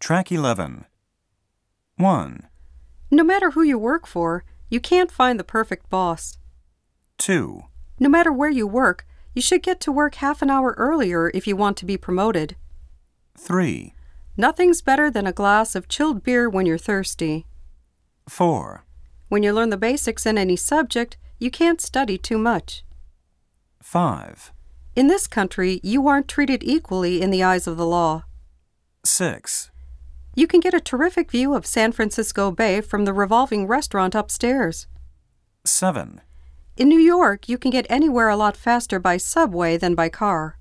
Track 11. 1, No matter who you work for, you can't find the perfect boss. 2, No matter where you work, you should get to work half an hour earlier if you want to be promoted. 3, Nothing's better than a glass of chilled beer when you're thirsty. 4, When you learn the basics in any subject, you can't study too much. 5, In this country, you aren't treated equally in the eyes of the law. 6, You can get a terrific view of San Francisco Bay from the revolving restaurant upstairs. 7, In New York, you can get anywhere a lot faster by subway than by car.